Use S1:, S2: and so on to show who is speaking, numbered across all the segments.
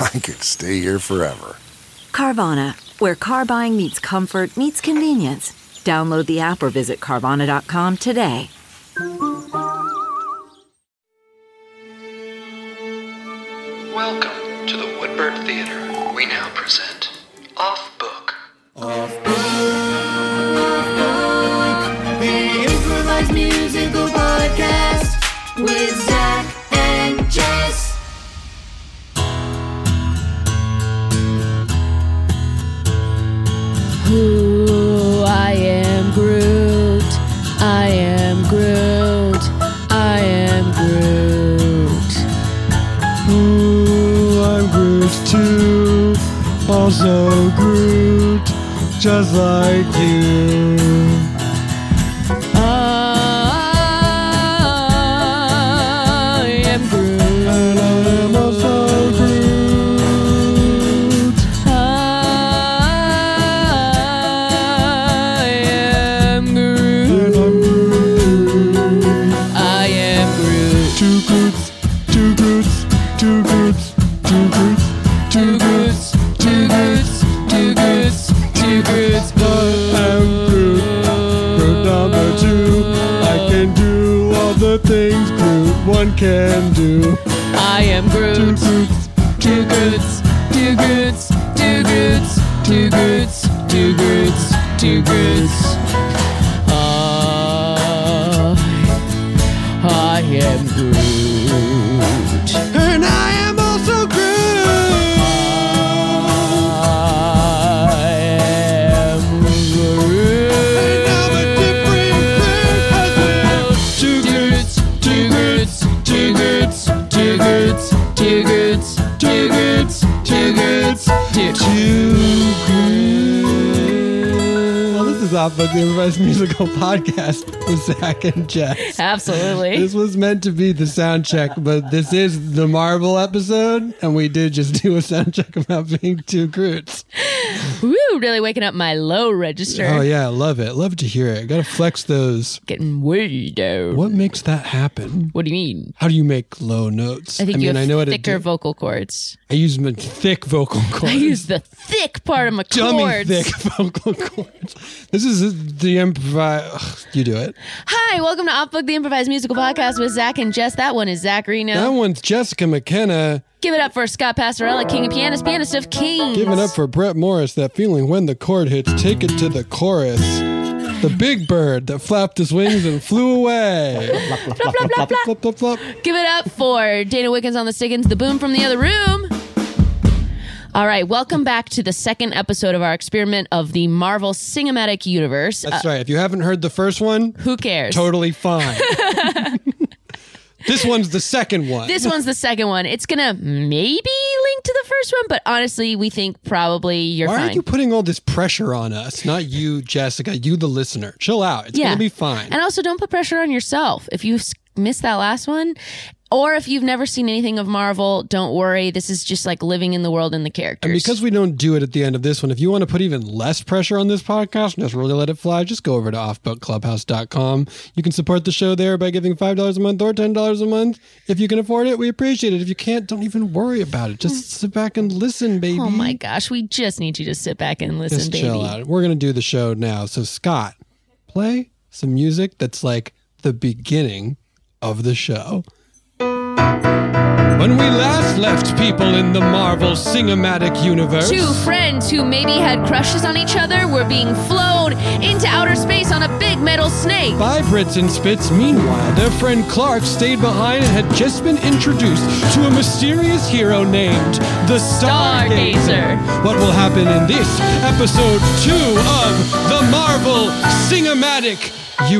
S1: I could stay here forever.
S2: Carvana, where car buying meets comfort, meets convenience. Download the app or visit Carvana.com today.
S3: Welcome to the Woodbird Theater. We now present Off Book.
S4: The improvised musical podcast with Zach and Jess.
S5: Ooh, I am Groot. I am Groot. I am Groot.
S6: Ooh, I'm Groot too. Also Groot, just like you.
S5: Ah. I am Groot.
S6: And I'm also Groot.
S5: I am
S6: And
S5: Groot.
S6: I'm Groot.
S5: I am Groot.
S6: Two Groots, two Groots, two Groots, two Groots, two Groots, two Groots, two Groots, two Groots. I am Groot. Groot number two. I can do all the things Groot one can do.
S5: I am
S6: Two
S5: Groot.
S6: Groots,
S5: Two Groots. Two Groots. Two Groots. Two Groots. Two Groots. Two Groots. Ah. I, I am Groot.
S6: And I am also Groot.
S5: I am
S6: And I'm a different Groot 'cause we're
S5: Groot.
S6: two Groots, two Groots, two Groots, two Groots, two Groots, two Groots, two Groots, two Groots. Well, this is off of the Improvised Musical Podcast with Zach and Jess.
S5: Absolutely.
S6: This was meant to be the sound check, but this is the Marvel episode, and we did just do a sound check about being two Groots.
S5: Woo, really waking up my low register.
S6: Oh yeah, love it. Love to hear it. Got to flex those.
S5: Getting way down.
S6: What makes that happen?
S5: What do you mean?
S6: How do you make low notes?
S5: I think you
S6: mean,
S5: have
S6: I know what
S5: thicker
S6: it. do-
S5: vocal cords.
S6: I use my thick vocal cords.
S5: I use the thick part of my
S6: dummy
S5: cords.
S6: thick vocal cords. This is the improv. You do it.
S5: Hi, welcome to Off Book, the improvised musical podcast with Zach and Jess. That one is Zach Reno.
S6: That one's Jessica McKenna
S5: Give it up for Scott Pastorella, king of pianists, pianist of kings.
S6: giving up for Brett Morris. That feeling when the chord hits, take it to the chorus. The big bird that flapped his wings and flew away. flop, flop, flop, flop.
S5: Give it up for Dana Wickens on the Stiggins, the boom from the other room. All right, welcome back to the second episode of our experiment of the Marvel Cinematic Universe. Uh,
S6: That's right. If you haven't heard the first one,
S5: who cares?
S6: totally fine. this one's the second one.
S5: This one's the second one. It's gonna maybe link to the first one, but honestly, we think probably you're
S6: Why
S5: fine.
S6: are you putting all this pressure on us? Not you, Jessica. You, the listener. Chill out. It's gonna be fine.
S5: And also, don't put pressure on yourself. If you s- missed that last one, or if you've never seen anything of Marvel, don't worry. This is just like living in the world and the characters.
S6: And because we don't do it at the end of this one, if you want to put even less pressure on this podcast and just really let it fly, just go over to offbookclubhouse.com. You can support the show there by giving $5 a month or $10 a month. If you can afford it, we appreciate it. If you can't, don't even worry about it. Just sit back and listen, baby.
S5: oh my gosh, we just need you to sit back and listen,
S6: Just
S5: baby.
S6: chill out. We're gonna do the show now. So Scott, play some music that's like the beginning of the show. Boom. When we last left people in the Marvel Cinematic Universe,
S7: Two friends who maybe had crushes on each other were being flown into outer space on a big metal snake.
S6: by Brits and Spitz, meanwhile, their friend Clark stayed behind and had just been introduced to a mysterious hero named the Stargazer.
S7: Stargazer.
S6: What will happen in this episode two of the Marvel Cinematic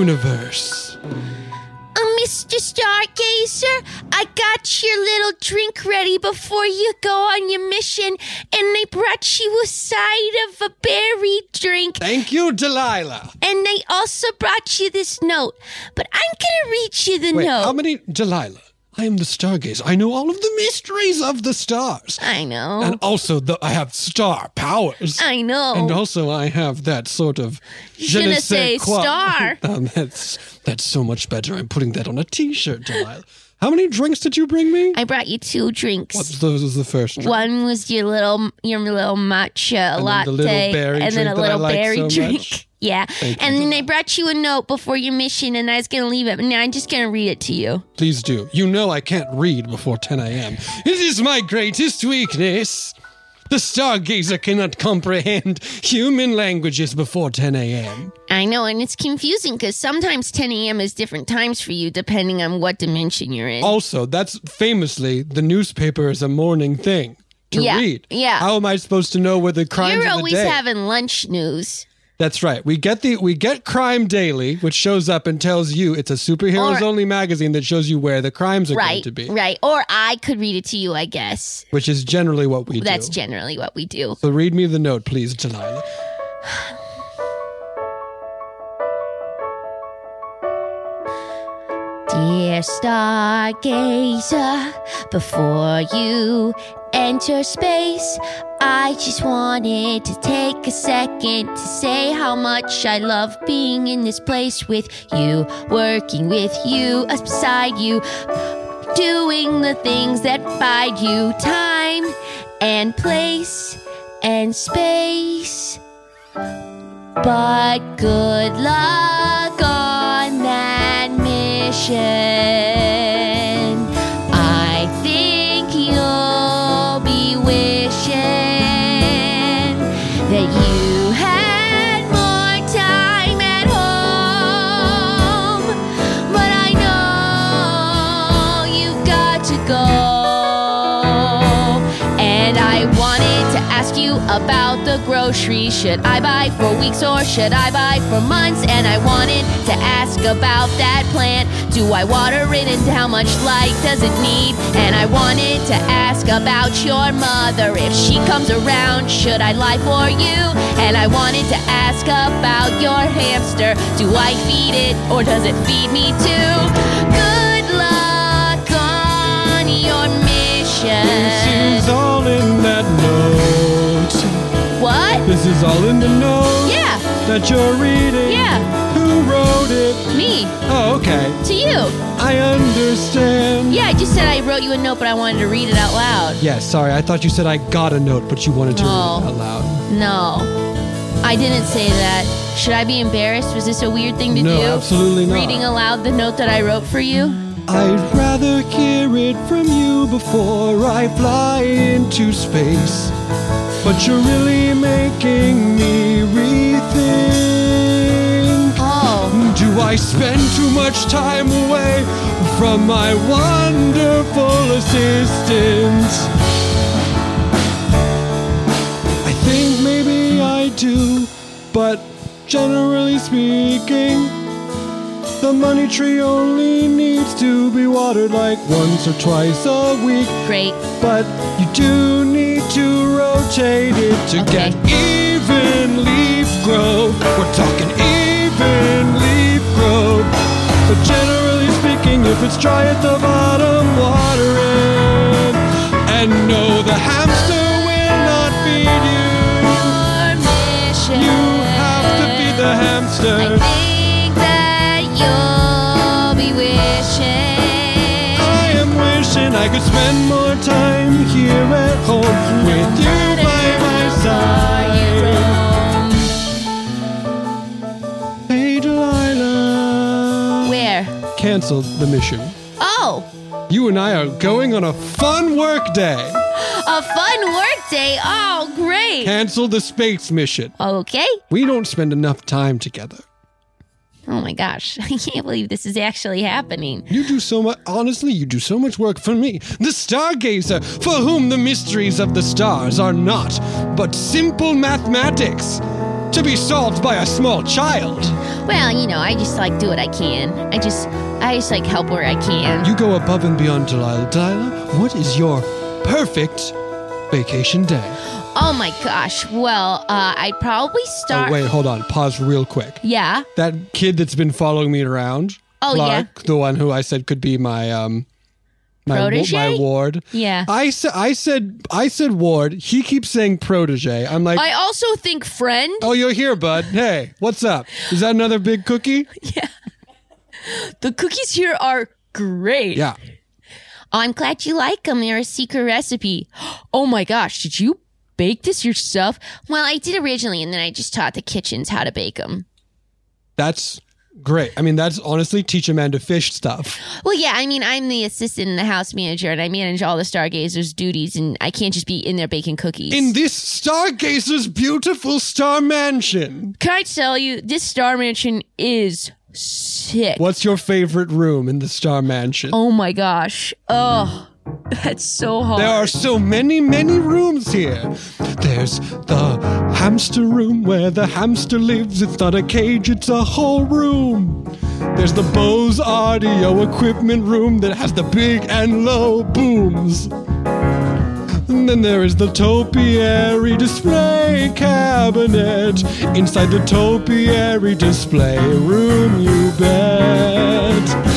S6: Universe?
S5: Uh, Mr. Stargazer, I got your little drink ready before you go on your mission, and I brought you a side of a berry drink,
S6: Thank you, Delilah.
S5: and I also brought you this note. But I'm gonna read you the
S6: Wait,
S5: note.
S6: how many? Delilah. I am the stargazer. I know all of the mysteries of the stars.
S5: I know.
S6: And also, the, I have star powers.
S5: I know.
S6: And also, I have that sort of je,
S5: Oh. Je
S6: ne
S5: ne
S6: sais
S5: sais
S6: quoi.
S5: star.
S6: Um, that's, that's so much better. I'm putting that on a t shirt, Delilah. How many drinks did you bring me?
S5: I brought you two drinks.
S6: What was the- was the first drink?
S5: One was your little your little matcha
S6: And then
S5: latte,
S6: the little berry
S5: and then
S6: drink
S5: a
S6: that I
S5: little
S6: like
S5: berry
S6: so
S5: drink.
S6: much.
S5: Yeah,
S6: you.
S5: and then I brought you a note before your mission, and I was gonna leave it, but now I'm just gonna read it to you.
S6: Please do. You know I can't read before 10 a.m. It is my greatest weakness. The stargazer cannot comprehend human languages before 10 a.m.
S5: I know, and it's confusing because sometimes 10 a.m. is different times for you depending on what dimension you're in.
S6: Also, that's famously the newspaper is a morning thing to
S5: Yeah,
S6: read.
S5: yeah.
S6: How am I supposed to know where the crimes
S5: you're
S6: of the
S5: always
S6: day?
S5: having lunch news.
S6: That's right. We get the we get Crime Daily, which shows up and tells you it's a superheroes
S5: Or-
S6: only magazine that shows you where the crimes are going
S5: Right,
S6: to be,
S5: right. Or I could read it to you, I guess.
S6: which is generally what we
S5: That's
S6: do.
S5: generally what we do.
S6: so read me the note, please, Delilah.
S5: Dear stargazer, before you enter space, I just wanted to take a second to say how much I love being in this place with you, working with you, uh, beside you, doing the things that bide you time and place and space. But good luck on that mission. I think you'll be wishing that you had more time at home. But I know you've got to go. And I wanted to ask you about the groceries. Should I buy for weeks or should I buy for months? And I wanted to ask about that plant. Do I water it and how much light does it need? And I wanted to ask about your mother. If she comes around, should I lie for you? And I wanted to ask about your hamster. Do I feed it or does it feed me too? Good luck on your mission.
S6: This is all in that note.
S5: What?
S6: This is all in the note
S5: Yeah,
S6: that you're reading.
S5: Yeah.
S6: Who wrote it?
S5: me
S6: Oh, okay.
S5: to you.
S6: I understand.
S5: Yeah, I just said I wrote you a note, but I wanted to read it out loud.
S6: Yeah, sorry. I thought you said I got a note, but you wanted to
S5: No.
S6: read it out loud.
S5: No, I didn't say that. Should I be embarrassed? Was this a weird thing to
S6: No,
S5: do?
S6: absolutely not.
S5: Reading aloud the note that I wrote for you.
S6: I'd rather hear it from you before I fly into space. But you're really making me rethink.
S5: Oh,
S6: Do I spend too much time away from my wonderful assistant? I think maybe I do, but generally speaking, the money tree only needs to be watered like once or twice a week,
S5: great.
S6: but you do need to rotate it to
S5: Okay.
S6: get even leaf growth. We're talking even leaf growth. But generally speaking, if it's dry at the bottom, water it. And no, the hamster will not feed you.
S5: Your mission.
S6: You have to feed the hamster.
S5: I think that you'll be wishing.
S6: I am wishing I could spend more time here at home with you by my side. Hey, Delilah.
S5: Where?
S6: Cancelled the mission.
S5: Oh,
S6: You you and I are going on a fun work day.
S8: A fun work day. Oh, great.
S6: Cancel the space mission.
S8: Okay.
S6: We don't spend enough time together.
S8: Oh my gosh. I can't believe this is actually happening.
S6: You do so much, honestly, you do so much work for me, the stargazer, for whom the mysteries of the stars are not but simple mathematics to be solved by a small child.
S8: Well, you know, I just like do what I can. I just I just like help where I can.
S6: You go above and beyond, Delilah. Delilah, what is your perfect vacation day?
S8: Oh my gosh. Well, uh I'd probably start
S6: Oh, wait, hold on. Pause real quick.
S8: Yeah.
S6: That kid that's been following me around.
S8: Oh, yeah.
S6: Clark, the one who I said could be my um my, wa-
S8: Protege?
S6: my ward.
S8: Yeah.
S6: I said I said I said ward. He keeps saying protege. I'm like,
S5: I also think friend.
S6: oh, you're here, bud. Hey, what's up? Is that another big cookie?
S5: The cookies here are great.
S6: Uh, Yeah.
S8: Oh, I'm glad you like them. They're a secret recipe.
S5: Oh my gosh, did you bake this yourself?
S8: Well, I did originally, and then I just taught the kitchens how to bake them.
S6: That's great. I mean, that's honestly teach a man to fish stuff.
S8: Well, yeah, I mean, I'm the assistant and the house manager, and I manage all the stargazers' duties, and I can't just be in there baking cookies.
S6: In this stargazer's beautiful star mansion.
S5: Can I tell you, this Star Mansion is sick.
S6: What's your favorite room in the star mansion?
S5: Oh my gosh. Oh, that's so hard.
S6: There are so many, many rooms here. There's the hamster room where the hamster lives. It's not a cage, it's a whole room. There's the Bose audio equipment room that has the big and low booms. And then there is the topiary display cabinet. Inside the topiary display room, you bet.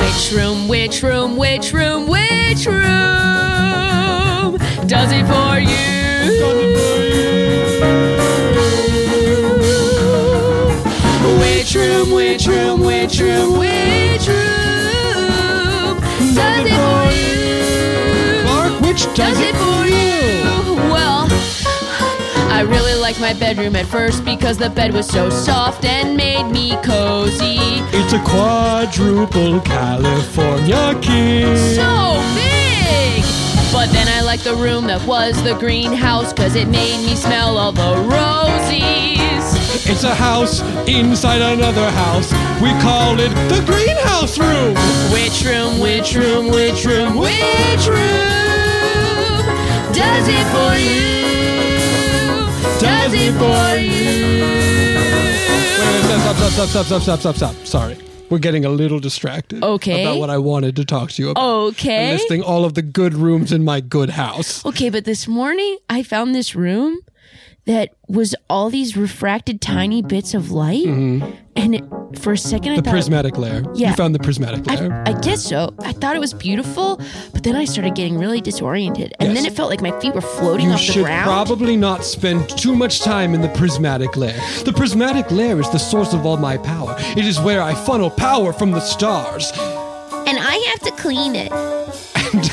S5: Which room, which room, which room, which room does it for you? Which room, which room, which room, which room does it for you?
S6: Mark, which does,
S5: Does it for you? Well, I really liked my bedroom at first because the bed was so soft and made me cozy.
S6: It's a quadruple California king.
S5: so big. But then I liked the room that was the greenhouse because it made me smell all the roses.
S6: It's a house inside another house. We call it the greenhouse room.
S5: Which room, which room, which room, which room does it for you? Does it for you?
S6: Wait, wait, stop, stop, stop, stop, stop, stop, stop, stop. Sorry. We're getting a little distracted
S5: Okay.
S6: about what I wanted to talk to you about.
S5: Okay.
S6: Listing all of the good rooms in my good house.
S5: Okay, but this morning I found this room that was all these refracted tiny bits of light. And it, for a second
S6: Mm-hmm.
S5: I
S6: The
S5: thought it-
S6: prismatic layer.
S5: Yeah.
S6: You found the prismatic layer.
S5: I, I guess so. I thought it was beautiful, but then I started getting really disoriented, and then it felt like my feet were floating
S6: You
S5: off the
S6: should
S5: ground.
S6: probably not spend too much time in the prismatic layer. The prismatic layer is the source of all my power. It is where I funnel power from the stars.
S8: and I have to clean it.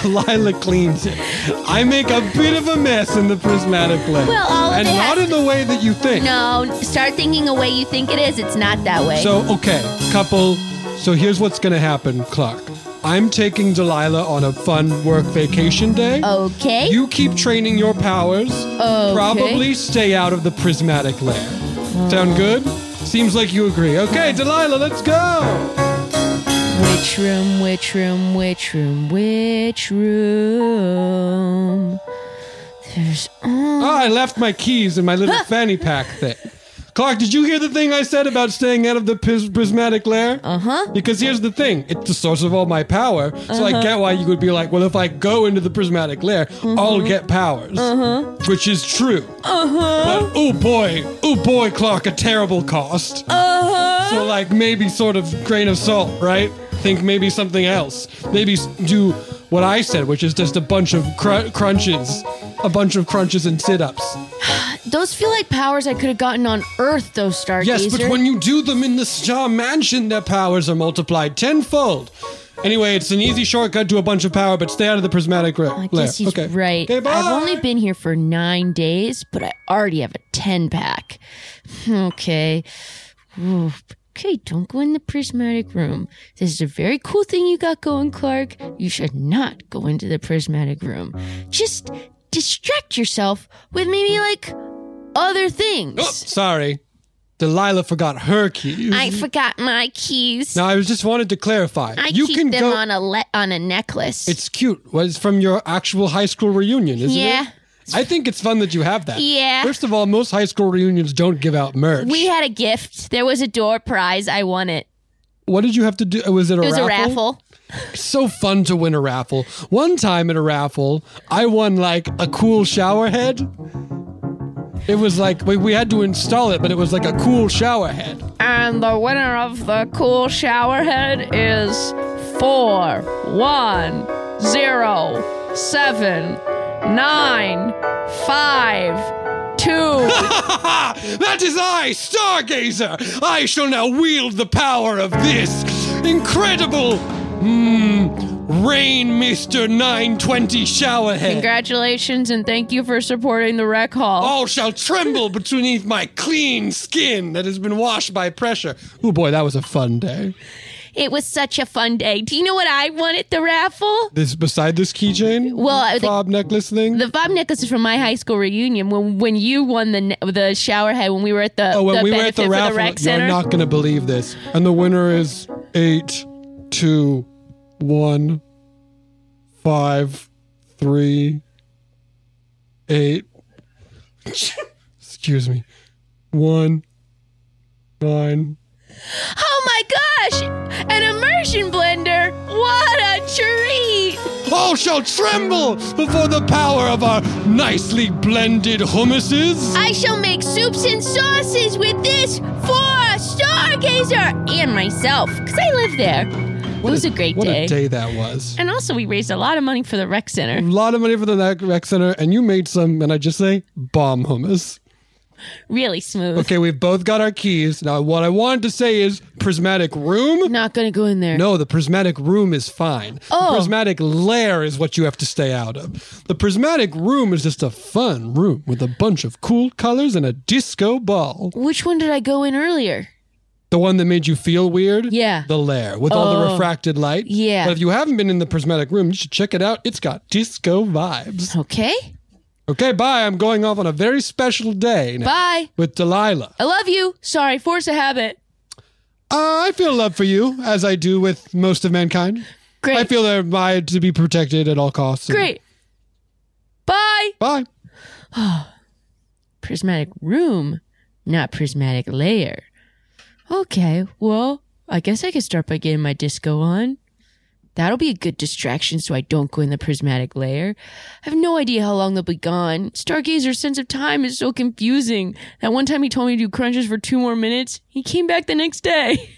S6: Delilah cleans it. I make a bit of a mess in the prismatic layer.
S8: Well, all of
S6: and
S8: it
S6: not
S8: has
S6: in the way that you think.
S8: No, start thinking the way you think it is. It's not that way.
S6: So, okay, couple. So here's what's going to happen, Clark. I'm taking Delilah on a fun work vacation day.
S8: okay.
S6: You keep training your powers.
S5: Okay.
S6: Probably stay out of the prismatic layer. Sound good? Seems like you agree. Okay, Delilah, let's go.
S5: Which room? Which room? Which room? Which room? There's
S6: Oh, I left my keys in my little fanny pack thing. Clark, did you hear the thing I said about staying out of the pis- prismatic layer? Uh huh. Because here's the thing it's the source of all my power. So I get why you would be like, well, if I go into the prismatic layer, I'll get powers. Uh huh. Which is true. Uh huh. But oh boy, oh boy, Clark, a terrible cost.
S5: uh
S6: So, like, maybe sort of grain of salt, right? Think maybe something else. Maybe s- do what I said, which is just a bunch of cr- crunches, a bunch of crunches and sit ups.
S5: those feel like powers I could have gotten on Earth, though, Stargazer.
S6: Yes, but when you do them in the Star Mansion, their powers are multiplied tenfold. Anyway, it's an easy shortcut to a bunch of power, but stay out of the prismatic ra-
S5: Oh, I
S6: layer.
S5: guess he's
S6: okay.
S5: right.
S6: Okay, bye.
S5: I've only been here for nine days, but I already have a ten pack. Okay. Ooh, okay, don't go in the prismatic room. This is a very cool thing you got going, Clark. You should not go into the prismatic room. Just distract yourself with maybe like other things.
S6: Oh, sorry. Delilah forgot her keys.
S5: I forgot my keys.
S6: now I was just wanted to clarify.
S5: I
S6: you
S5: keep
S6: can
S5: them
S6: go
S5: on a le- on a necklace.
S6: It's cute. Was from your actual high school reunion, isn't
S5: yeah.
S6: it? I think it's fun that you have that.
S5: Yeah.
S6: First of all, most high school reunions don't give out merch.
S5: We had a gift. There was a door prize. I won it.
S6: what did you have to do? Was it a
S5: It was
S6: raffle?
S5: a raffle.
S6: So fun to win a raffle. One time at a raffle, I won like a cool shower head. It was like we, we had to install it, but it was like a cool shower head.
S5: And the winner of the cool shower head is four, one, zero, seven, nine, five, two.
S6: Ah, That is I, Stargazer! I shall now wield the power of this incredible mm, Rain Mister 920 shower head.
S5: Congratulations and thank you for supporting the rec hall.
S6: All shall tremble beneath my clean skin that has been washed by pressure. Oh boy, that was a fun day.
S5: It was such a fun day. Do you know what I won at the raffle?
S6: This beside this keychain,
S5: Well, I think-
S6: fob necklace thing.
S5: The Bob necklace is from my high school reunion when when you won the ne- the shower head when we were at the
S6: oh, when
S5: the
S6: we were at
S5: benefit
S6: the
S5: for
S6: raffle,
S5: rec
S6: you're
S5: center.
S6: not gonna believe this. And the winner is eight, two, one, five, three, eight. Excuse me, one, nine.
S5: oh my gosh! An immersion blender. What a treat!
S6: All shall tremble before the power of our nicely blended hummuses.
S5: I shall make soups and sauces with this for a stargazer and myself because I live there. it was a, great
S6: what
S5: day.
S6: a day Mm. that was.
S5: And also, we raised a lot of money for the rec center.
S6: A lot of money for the rec center, and you made some, and I just say, bomb hummus.
S5: Really smooth.
S6: Okay, we've both got our keys. Now, what I wanted to say is prismatic room.
S5: Not gonna go in there.
S6: No, the prismatic room is fine.
S5: Oh.
S6: The prismatic lair is what you have to stay out of. The prismatic room is just a fun room with a bunch of cool colors and a disco ball.
S5: Which one did I go in earlier?
S6: The one that made you feel weird?
S5: Yeah. Oh.
S6: The lair with all the refracted light.
S5: Yeah.
S6: But if you haven't been in the prismatic room, you should check it out. It's got disco vibes.
S5: Okay.
S6: Okay, bye. I'm going off on a very special day now
S5: Bye.
S6: with Delilah.
S5: I love you. Sorry, force a habit.
S6: Uh, I feel love for you, as I do with most of mankind.
S5: Great.
S6: I feel they're my to be protected at all costs.
S5: Great. Bye.
S6: Bye.
S5: Prismatic room, not prismatic layer. Okay, well, I guess I could start by getting my disco on. That'll be a good distraction so I don't go in the prismatic layer. I have no idea how long they'll be gone. Stargazer's sense of time is so confusing. That one time he told me to do crunches for two more minutes, he came back the next day.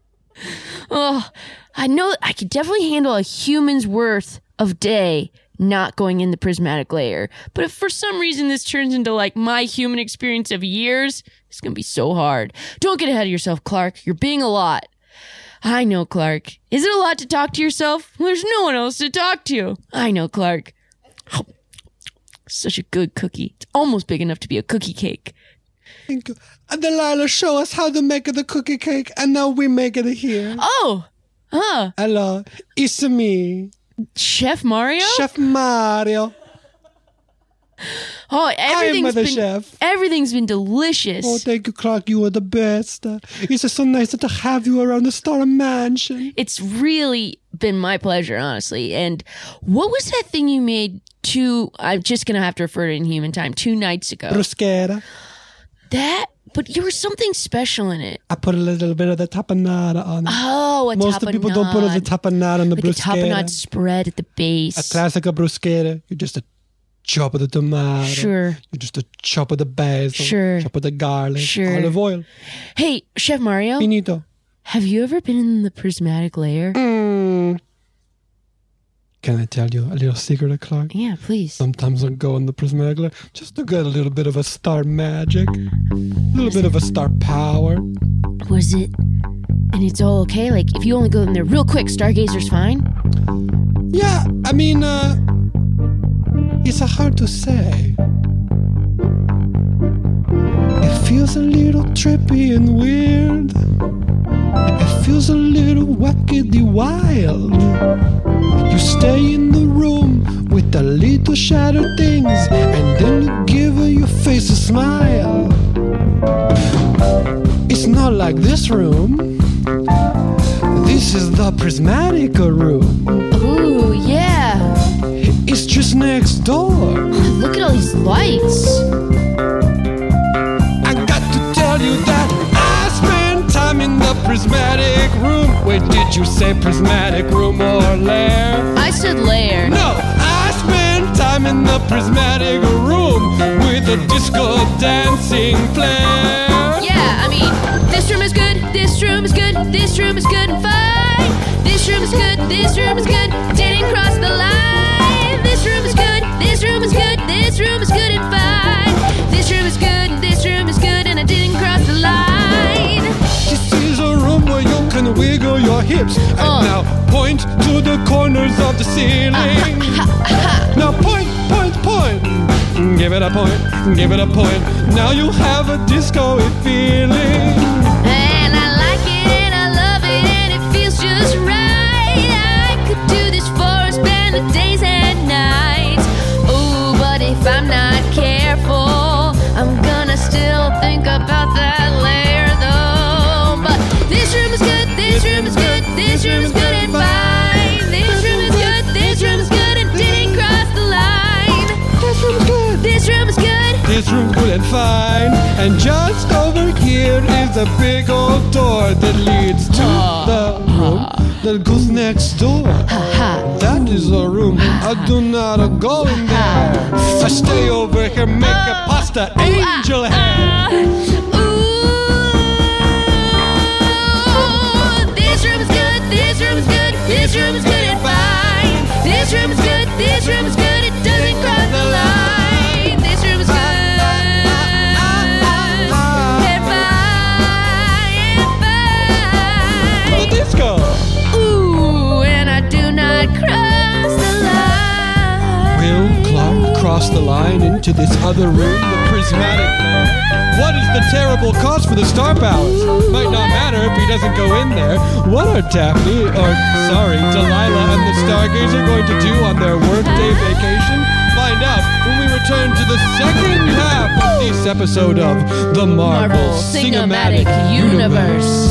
S5: oh, I know I could definitely handle a human's worth of day not going in the prismatic layer. But if for some reason this turns into like my human experience of years, it's going to be so hard. Don't get ahead of yourself, Clark. You're being a lot. I know, Clark. Is it a lot to talk to yourself? There's no one else to talk to. I know, Clark. Such a good cookie. It's almost big enough to be a cookie cake.
S6: Delilah, show us how to make the cookie cake, and now we make it here.
S5: Oh, huh.
S6: Hello, it's me,
S5: Chef Mario?
S6: Chef Mario.
S5: Oh,
S6: I'm
S5: everything's
S6: the
S5: been,
S6: chef.
S5: everything's been delicious.
S6: Oh, thank you, Clark. You are the best. It's so nice to have you around the Star Mansion.
S5: it's really been my pleasure, honestly. And what was that thing you made two? I'm just gonna have to refer to it in human time. Two nights ago,
S6: Bruschetta.
S5: that. But there was something special in it.
S6: I put a little bit of the tapenade on it.
S5: Oh, a
S6: Mm. Most of the people don't put the
S5: tapenade.
S6: tapenade on the
S5: like a
S6: bruschetta.
S5: tapenade spread at the
S6: A
S5: base.
S6: classic of bruschetta. You're just a chop of the tomato.
S5: Sure.
S6: You're just a chop of the basil.
S5: Sure.
S6: Chop of the garlic.
S5: Sure.
S6: Olive oil.
S5: Hey, Chef Mario,
S6: Finito.
S5: have you ever been in the prismatic layer?
S6: Mm. Can I tell you a little secret, Clark?
S5: Yeah, please.
S6: Sometimes I go in the prismatic layer just to get a little bit of a star magic, a little bit of a star power.
S5: Was it? And it's all okay. Like if you only go in there real quick, Stargazer's fine.
S6: Yeah, I mean, uh, it's uh, hard to say. It feels a little trippy and weird. It feels a little wackety wild. You stay in the room with the little shattered things, and then you give her your face a smile. It's not like this room. This is the Prismatica room.
S5: Ooh, yeah.
S6: It's just next door.
S5: Look at all these lights.
S6: I got to tell you that I spend time in the prismatic room. Wait, did you say prismatic room or lair?
S5: I said lair.
S6: No, I spend time in the prismatic room with a disco dancing flare.
S5: Yeah, I mean, this room is good, this room is good, this room is good and fine. This room is good, this room is good, didn't cross the line. This room is good, this room is good, this room is good and fine. This room is good, this room is good, and I didn't cross the line.
S6: This is a room where you can wiggle your hips and
S5: Uh.
S6: now point to the corners of the ceiling. now point, point, point. Give it a point, give it a point. Now you have a disco feeling.
S5: And I like it and I love it and it feels just right. I could do this for a span of days and nights. Ooh, but if I'm not careful, I'm gonna still think about that layer though. But this room is good, this room is good, this room is good and fine. This room is good, this room is good and didn't cross the line.
S6: This room's good.
S5: This room is good.
S6: This room's good and fine. And just over here is a big old door that leads to the room that goes next door. That is a room. I do not go in there. I stay over here, make a pasta
S5: ah,
S6: angel hair.
S5: Ooh, this room is good, this room is good, this room is good and fine. This room is good, this room is good, it doesn't cross the line. This room is good. and fine, and
S6: Oh,
S5: fine.
S6: disco.
S5: Ooh, and I do not cross the line.
S6: Will Clark cross the line into this other room, the prismatic room? What is the terrible cost for the star balance? Might not matter if he doesn't go in there. What are Daphne, or sorry, Delilah and the Stargazer going to do on their workday vacation? Find out when we return to the second half of this episode of the Marvel,
S9: Marvel
S6: Cinematic,
S9: Cinematic Universe.
S6: Universe.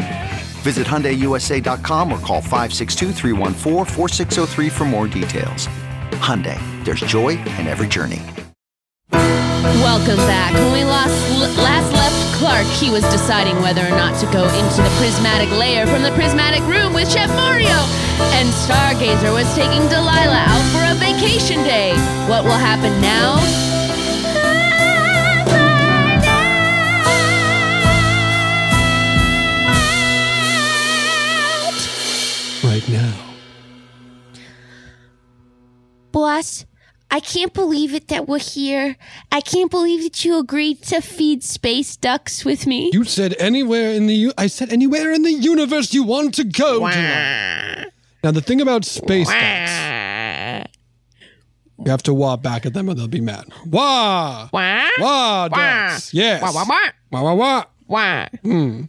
S10: Visit HyundaiUSA.com or call 562-314-4603 for more details. Hyundai, there's joy in every journey.
S9: Welcome back. When we lost, l- last left Clark, he was deciding whether or not to go into the prismatic layer from the prismatic room with Chef Mario. And Stargazer was taking Delilah out for a vacation day. What will happen now?
S6: Right now.
S9: Boss,
S5: I can't believe it that we're here. I can't believe that you agreed to feed space ducks with me.
S6: You said anywhere in the u- I said anywhere in the universe you want to go. Gina. Now the thing about space ducks, you have to wah back at them or they'll be mad. Wah wah wah ducks. Yes.
S5: Wah, wah, wah.
S6: wah wah wah
S5: Wah.
S6: Hmm.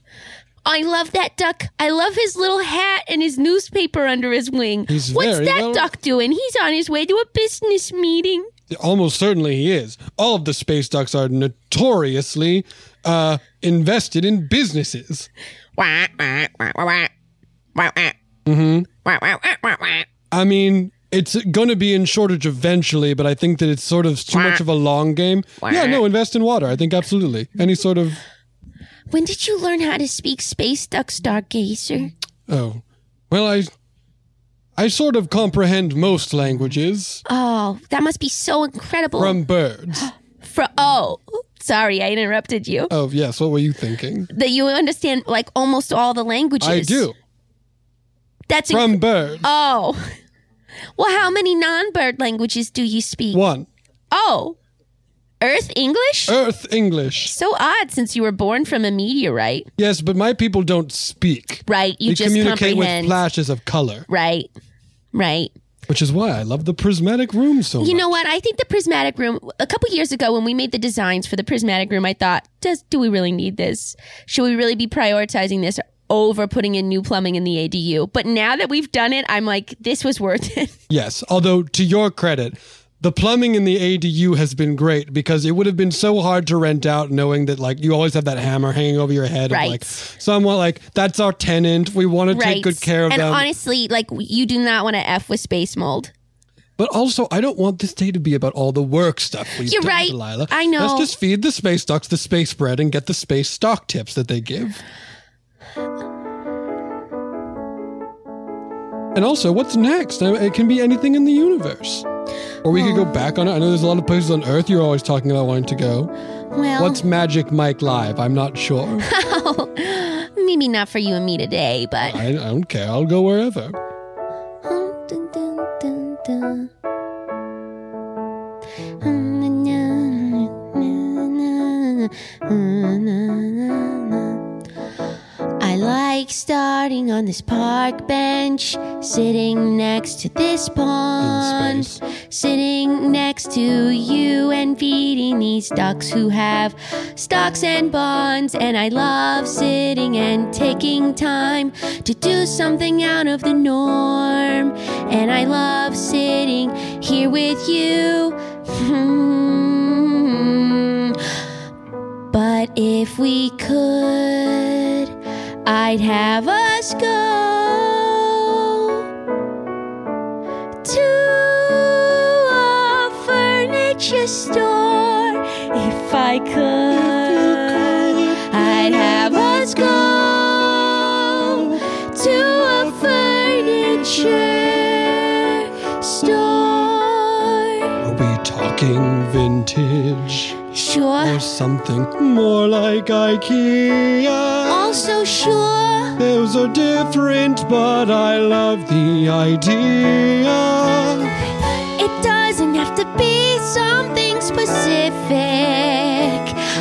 S5: I love that duck. I love his little hat and his newspaper under his wing.
S6: He's
S5: What's
S6: very
S5: that
S6: well-
S5: duck doing? He's on his way to a business meeting.
S6: Almost certainly he is. All of the space ducks are notoriously uh, invested in businesses.
S5: Wah, wah, wah, wah, wah. Wah, wah,
S6: hmm
S5: wah, wah, wah, wah, wah.
S6: I mean, it's going to be in shortage eventually, but I think that it's sort of too much of a long game. Yeah, no, invest in water. I think absolutely. Any sort of
S5: When did you learn how to speak space duck stargazer?
S6: oh, well, I, I sort of comprehend most languages
S5: Oh, that must be so incredible.
S6: from birds.
S5: Fro- oh, sorry, I interrupted you.
S6: Oh yes, what were you thinking?
S5: That you understand like almost all the languages.
S6: I do
S5: That's inc-
S6: from birds.
S5: Oh. Well, how many non-bird languages do you speak?
S6: One
S5: Oh. Earth English?
S6: Earth English.
S5: So odd since you were born from a meteorite.
S6: Yes, but my people don't speak.
S5: Right, you
S6: they
S5: just
S6: communicate
S5: comprehend.
S6: with flashes of color,
S5: Right. Right.
S6: which is why I love the prismatic room so
S5: You
S6: much.
S5: know what? I think the prismatic room. A couple years ago, when we made the designs for the prismatic room, I thought, does do we really need this? Should we really be prioritizing this over putting in new plumbing in the ADU? But now that we've done it, I'm like, this was worth it.
S6: Yes, although to your credit, the plumbing in the ADU has been great because it would have been so hard to rent out knowing that like you always have that hammer hanging over your head
S5: Right.
S6: of like someone like that's our tenant, we want to take good care of
S5: and
S6: them.
S5: honestly, like you do not want to f with space mold.
S6: but also I don't want this day to be about all the work stuff we've
S5: You're
S6: done,
S5: right.
S6: Delilah.
S5: I know.
S6: Let's just feed the space ducks the space bread and get the space stock tips that they give. And also, what's next? I- It can be anything in the universe. Or we could go back on it. I know there's a lot of places on Earth you're always talking about wanting to go.
S5: Well,
S6: What's Magic Mike Live? I'm not sure.
S5: maybe not for you and me today, but
S6: I, I don't care. I'll go wherever.
S5: Dun, dun, dun, dun. Dun, dun, dun, dun, dun, dun, dun. I like starting on this park bench, sitting next to this pond, sitting next to you, and feeding these ducks who have stocks and bonds. And I love sitting and taking time to do something out of the norm. And I love sitting here with you. Hmm. But if we could, I'd have us go to a furniture store. If I could, I'd have us go to a furniture store.
S6: Are we talking vintage?
S5: Sure.
S6: Or something more like IKEA?
S5: Also, sure.
S6: Those are different, but I love the idea.
S5: It doesn't have to be something specific.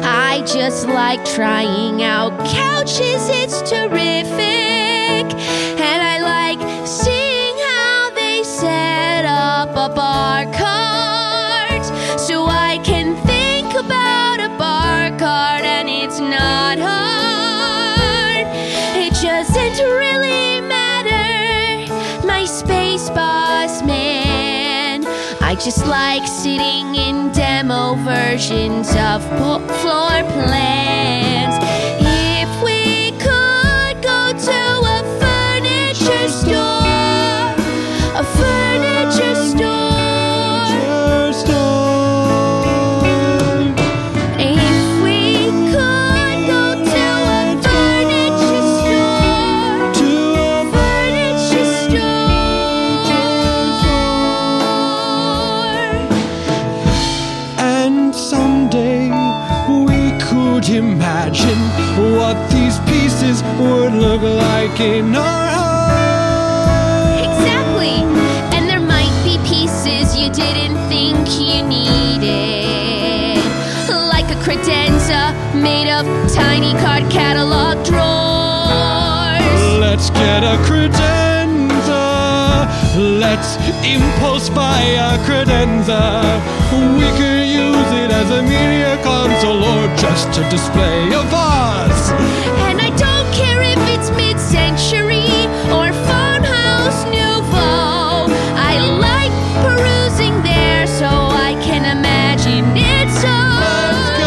S5: I just like trying out couches, it's terrific. And I like seeing how they set up a bar cart so I can think about a bar cart and it's not hard. It doesn't really matter. My space boss man. I just like sitting in demo versions of po- floor plans. If we could go to a furniture store, a furniture store.
S6: First time.
S5: If we could go to a furniture store,
S6: To a
S5: furniture store.
S6: And someday we could imagine what these pieces would look like in our home.
S5: Exactly. And there might be pieces you didn't think sofa made of tiny card catalog drawers.
S6: Let's get a credenza. Let's impulse buy a credenza. We could use it as a media console or just to display a vase.
S5: And I don't care if it's mid century or farmhouse nouveau. I like perusing there so I can imagine it so. If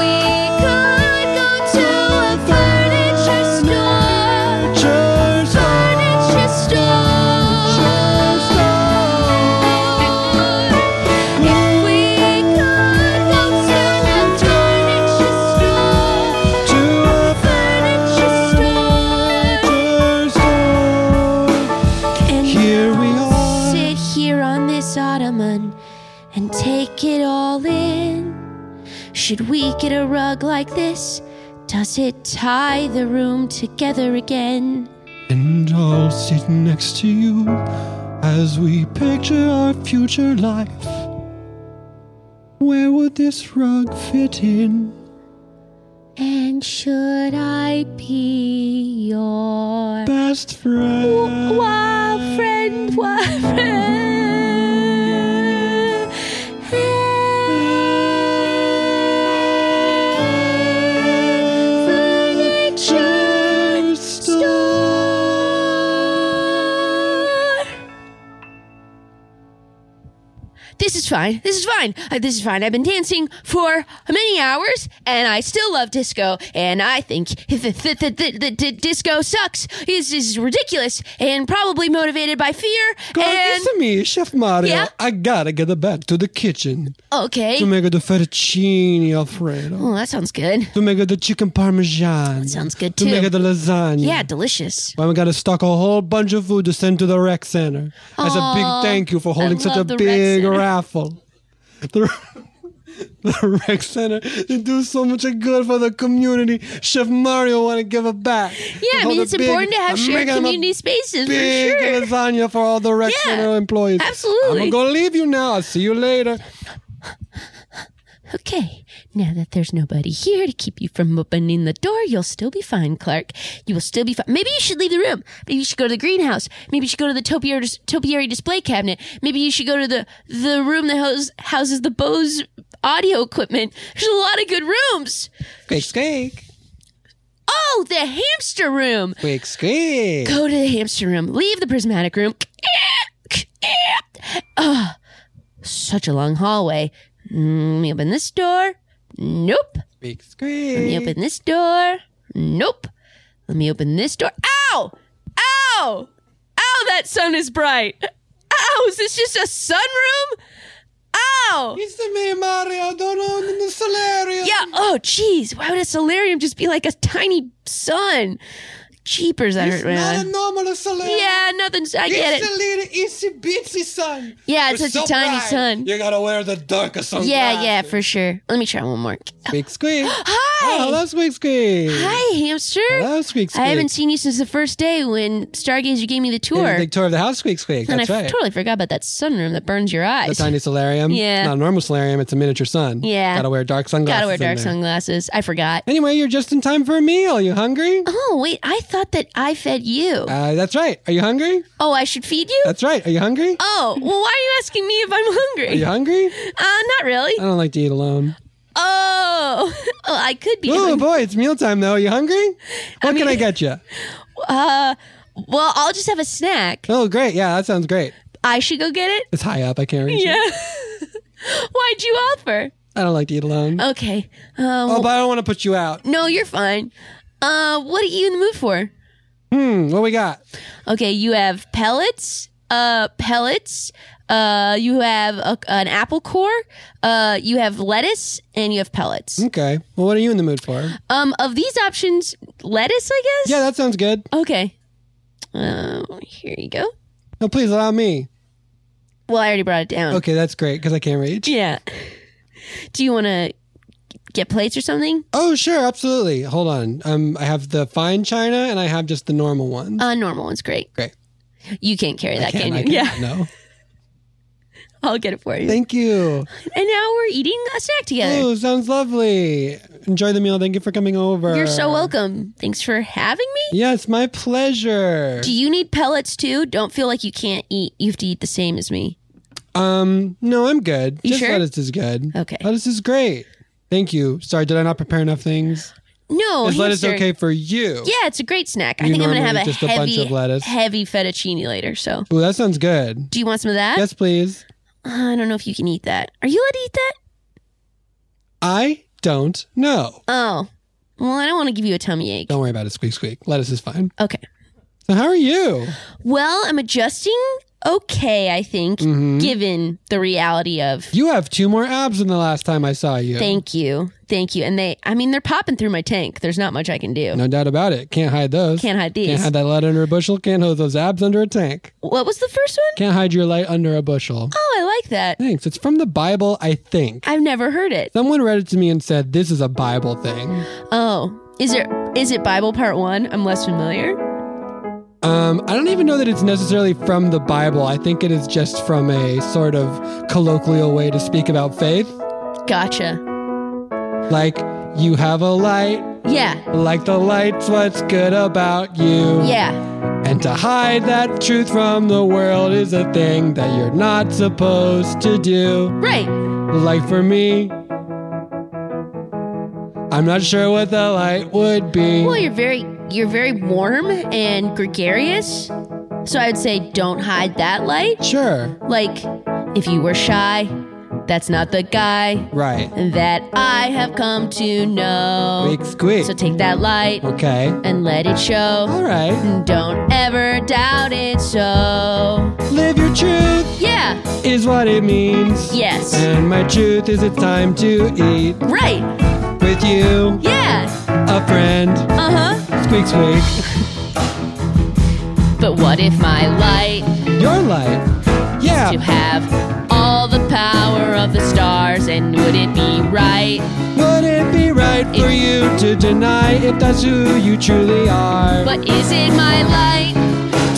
S5: we could go to a furniture store, furniture store. If we could go to a furniture store. And
S6: Here we are.
S5: Sit here on this ottoman and take it all in. Should we get a rug like this? Does it tie the room together again?
S6: And I'll sit next to you as we picture our future life. Where would this rug fit in?
S5: And should I be your
S6: best friend?
S5: What friend? What friend? Furniture store. This is fine. This is fine. Uh, this is fine. I've been dancing for many hours, and I still love disco. And I think that disco sucks. Is is ridiculous and probably motivated by fear.
S6: God,
S5: and
S6: it's me, Chef Mario.
S5: Yeah?
S6: I gotta get back to the kitchen
S5: okay.
S6: to make the fettuccine alfredo.
S5: Oh, that sounds good.
S6: To make the chicken parmesan.
S5: sounds good,
S6: To
S5: too.
S6: make the lasagna.
S5: Yeah, delicious.
S6: Why we gotta stock a whole bunch of food to send to the rec center as a big
S5: Aw,
S6: thank you for
S5: I
S6: holding such a
S5: love the rec
S6: big
S5: center.
S6: raffle. The, the rec center they do so much good for the community. Chef Mario want to give it back.
S5: Yeah, I mean it's important to have shared community spaces for
S6: Big
S5: sure.
S6: lasagna for all the rec
S5: Yeah,
S6: center employees.
S5: absolutely.
S6: I'm gonna leave you now. I'll see you later.
S5: Okay, now that there's nobody here to keep you from opening the door, you'll still be fine, Clark. You will still be fine. Maybe you should leave the room. Maybe you should go to the greenhouse. Maybe you should go to the topiary, topiary display cabinet. Maybe you should go to the, the room that hous- houses the Bose audio equipment. There's a lot of good rooms.
S6: Squeak, squeak,
S5: Oh, the hamster room.
S6: squeak, squeak.
S5: Go to the hamster room. Leave the prismatic room. Ugh, such a long hallway. Mm, Let me open this door. Nope.
S6: Squeak,
S5: Let me
S6: squeak.
S5: open this door. Nope. Let me open this door. Ow! Ow! Ow, that sun is bright. Ow, is this just a sunroom? Ow!
S6: It's me, Mario. Don't own the solarium.
S5: Yeah, oh, jeez. Why would a solarium just be like a tiny sun? Jeepers, I hurt
S6: It's
S5: my
S6: not a
S5: eye.
S6: normal solarium.
S5: Yeah, nothing's. I get
S6: it's
S5: it.
S6: a little itsy bitsy sun.
S5: Yeah, it's
S6: We're
S5: such a tiny
S6: bright,
S5: sun.
S6: You gotta wear the darker sun.
S5: Yeah, yeah, for sure. Let me try one more.
S6: Squeak squeak.
S5: Hi!
S6: Oh, hello, squeak squeak.
S5: Hi, hamster.
S6: Hello, squeak squeak.
S5: I haven't seen you since the first day when Stargazer gave me the tour.
S6: Yeah, the big tour of the house, squeak squeak.
S5: and I
S6: That's
S5: f-
S6: right.
S5: totally forgot about that sunroom that burns your
S6: The
S5: eyes.
S6: tiny solarium.
S5: Yeah.
S6: It's not a normal solarium. It's a miniature sun.
S5: Yeah.
S6: Gotta wear dark sunglasses.
S5: Gotta wear
S6: in
S5: dark
S6: there.
S5: sunglasses. I forgot.
S6: Anyway, you're just in time for a meal. You hungry?
S5: Oh, wait, I thought that I fed you.
S6: Uh, that's right. Are you hungry?
S5: oh, I should feed you?
S6: That's right. Are you hungry?
S5: oh, well, why are you asking me if I'm
S6: Are
S5: hungry?
S6: you hungry?
S5: Uh, not
S6: I
S5: really.
S6: don't like to eat alone.
S5: Oh, oh I could be.
S6: Oh
S5: hungry.
S6: boy, it's mealtime though. Are you hungry? What can I get you?
S5: Uh, well, I'll just have a snack.
S6: Oh, great. Yeah, that sounds great.
S5: I should go get it?
S6: It's high up. I can't reach it.
S5: Yeah. Why'd you offer?
S6: I don't like to eat alone.
S5: Okay. Um,
S6: Oh, but I don't want to put you out.
S5: no, you're fine. Uh, what are you in the mood for?
S6: Hmm, what we got?
S5: Okay, you have pellets, uh, pellets. Uh, you have a, an apple core. Uh, you have lettuce, and you have pellets.
S6: Okay. Well, what are you in the mood for?
S5: Um, of these options, lettuce, I guess.
S6: Yeah, that sounds good.
S5: okay. Um, here you go.
S6: No, Oh, please allow me.
S5: Well, I already brought it down.
S6: Okay, that's great because I can't reach.
S5: Yeah. Do you want to get plates or something?
S6: Oh, sure, absolutely. Hold on. Um, I have the fine china and I have just the normal one.
S5: Uh, normal one's great.
S6: Great.
S5: You can't carry that,
S6: Can
S5: can,
S6: I
S5: you?
S6: can-
S5: yeah.
S6: No.
S5: I'll get it for you.
S6: Thank you.
S5: And now we're eating a snack together.
S6: Oh, sounds lovely. Enjoy the meal. Thank you for coming over.
S5: You're so welcome. Thanks for having me.
S6: Yeah, it's my pleasure.
S5: Do you need pellets too? Don't feel like you can't eat. You have to eat the same as me.
S6: Um, no, I'm good.
S5: You
S6: Just
S5: sure?
S6: lettuce is good.
S5: Okay.
S6: Lettuce is great. Thank you. Sorry, did I not prepare enough things?
S5: No,
S6: is lettuce
S5: hamster-
S6: okay for you?
S5: Oh, Yeah, it's a great snack. I
S6: You
S5: think I'm gonna have
S6: normally
S5: a
S6: just a
S5: heavy,
S6: bunch of lettuce.
S5: heavy fettuccine later. So,
S6: Ooh, that sounds good.
S5: do you want some of that?
S6: Yes, please.
S5: Uh, I don't know if you can eat that. Are you allowed to eat that?
S6: I don't know.
S5: Oh, well, I don't want to give you a tummy ache.
S6: Don't worry about it. Squeak, squeak. Lettuce is fine.
S5: Okay.
S6: So, how are you?
S5: Well, I'm adjusting. Okay, I think,
S6: Mhm.
S5: given the reality of.
S6: You have two more abs than the last time I saw you.
S5: Thank you, thank you. And they, I mean, they're popping through my tank. There's not much I can do.
S6: No doubt about it. Can't hide those.
S5: Can't hide these.
S6: Can't hide that light under a bushel. Can't hide those abs under a tank.
S5: What was the first one?
S6: Can't hide your light under a bushel.
S5: Oh, I like that.
S6: Thanks. It's from the Bible, I think.
S5: I've never heard it.
S6: Someone read it to me and said, This is a Bible thing.
S5: Oh, is it is it Bible Part One? I'm less familiar.
S6: Um, I don't even know that it's necessarily from the Bible. I think it is just from a sort of colloquial way to speak about faith.
S5: Gotcha.
S6: Like, you have a light,
S5: Yeah,
S6: like the light's what's good about you.
S5: yeah.
S6: And to hide that truth from the world is a thing that you're not supposed to do.
S5: Right.
S6: Like for me, I'm not sure what the light would be.
S5: Well, you're very you're very warm and gregarious. So I would say don't hide that light.
S6: Sure.
S5: Like if you were shy, that's not the guy
S6: Right.
S5: that I have come to know.
S6: Squeak, squeak.
S5: Oh, So take that light
S6: Okay.
S5: and let it show.
S6: All right.
S5: And don't ever doubt it so.
S6: Live your truth
S5: Yeah.
S6: is what it means.
S5: Yes.
S6: And my truth is it's time to eat
S5: Right.
S6: with you,
S5: Yeah.
S6: a friend.
S5: Uh-huh.
S6: Squeak, squeak.
S5: But what if my light
S6: Your light.
S5: to
S6: Yeah.
S5: have all the power of the stars and would it be right?
S6: Would it be right for you to deny if that's who you truly are?
S5: But is it my light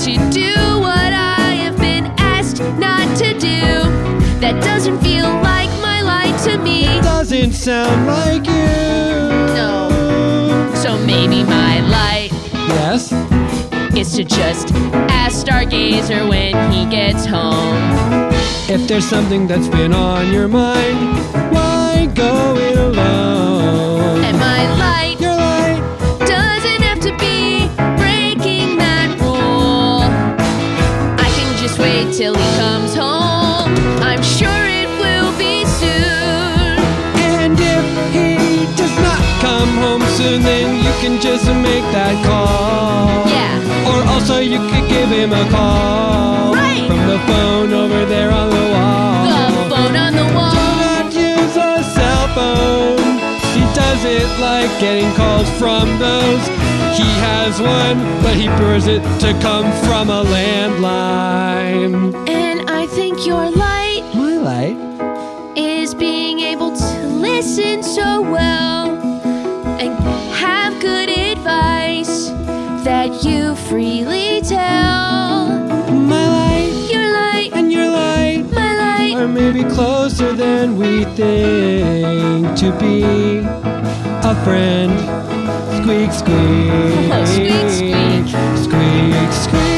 S5: to do what I have been asked not to do? That doesn't feel like my light to me.
S6: doesn't sound like you.
S5: No. So maybe my light
S6: Yes.
S5: is to just ask Stargazer when he gets home.
S6: If there's something that's been on your mind, why go it alone?
S5: And my light
S6: Your light
S5: doesn't have to be breaking that rule. I can just wait till he comes home. I'm sure it will be soon.
S6: And if he does not come home soon, then you can just make that call.
S5: Yeah.
S6: Or also you could give him a call.
S5: Right.
S6: From the phone over there on the wall.
S5: The phone on the wall.
S6: not use a cell phone. He doesn't like getting calls from those. He has one, but he prefers it to come from a landline.
S5: And I think your light
S6: My light.
S5: is being able to listen so well and have good advice that you freely tell.
S6: My light
S5: Your light,
S6: and your light
S5: my light,
S6: are maybe closer than we think to be a friend. Squeak, squeak.
S5: Oh, squeak, squeak.
S6: Squeak, squeak.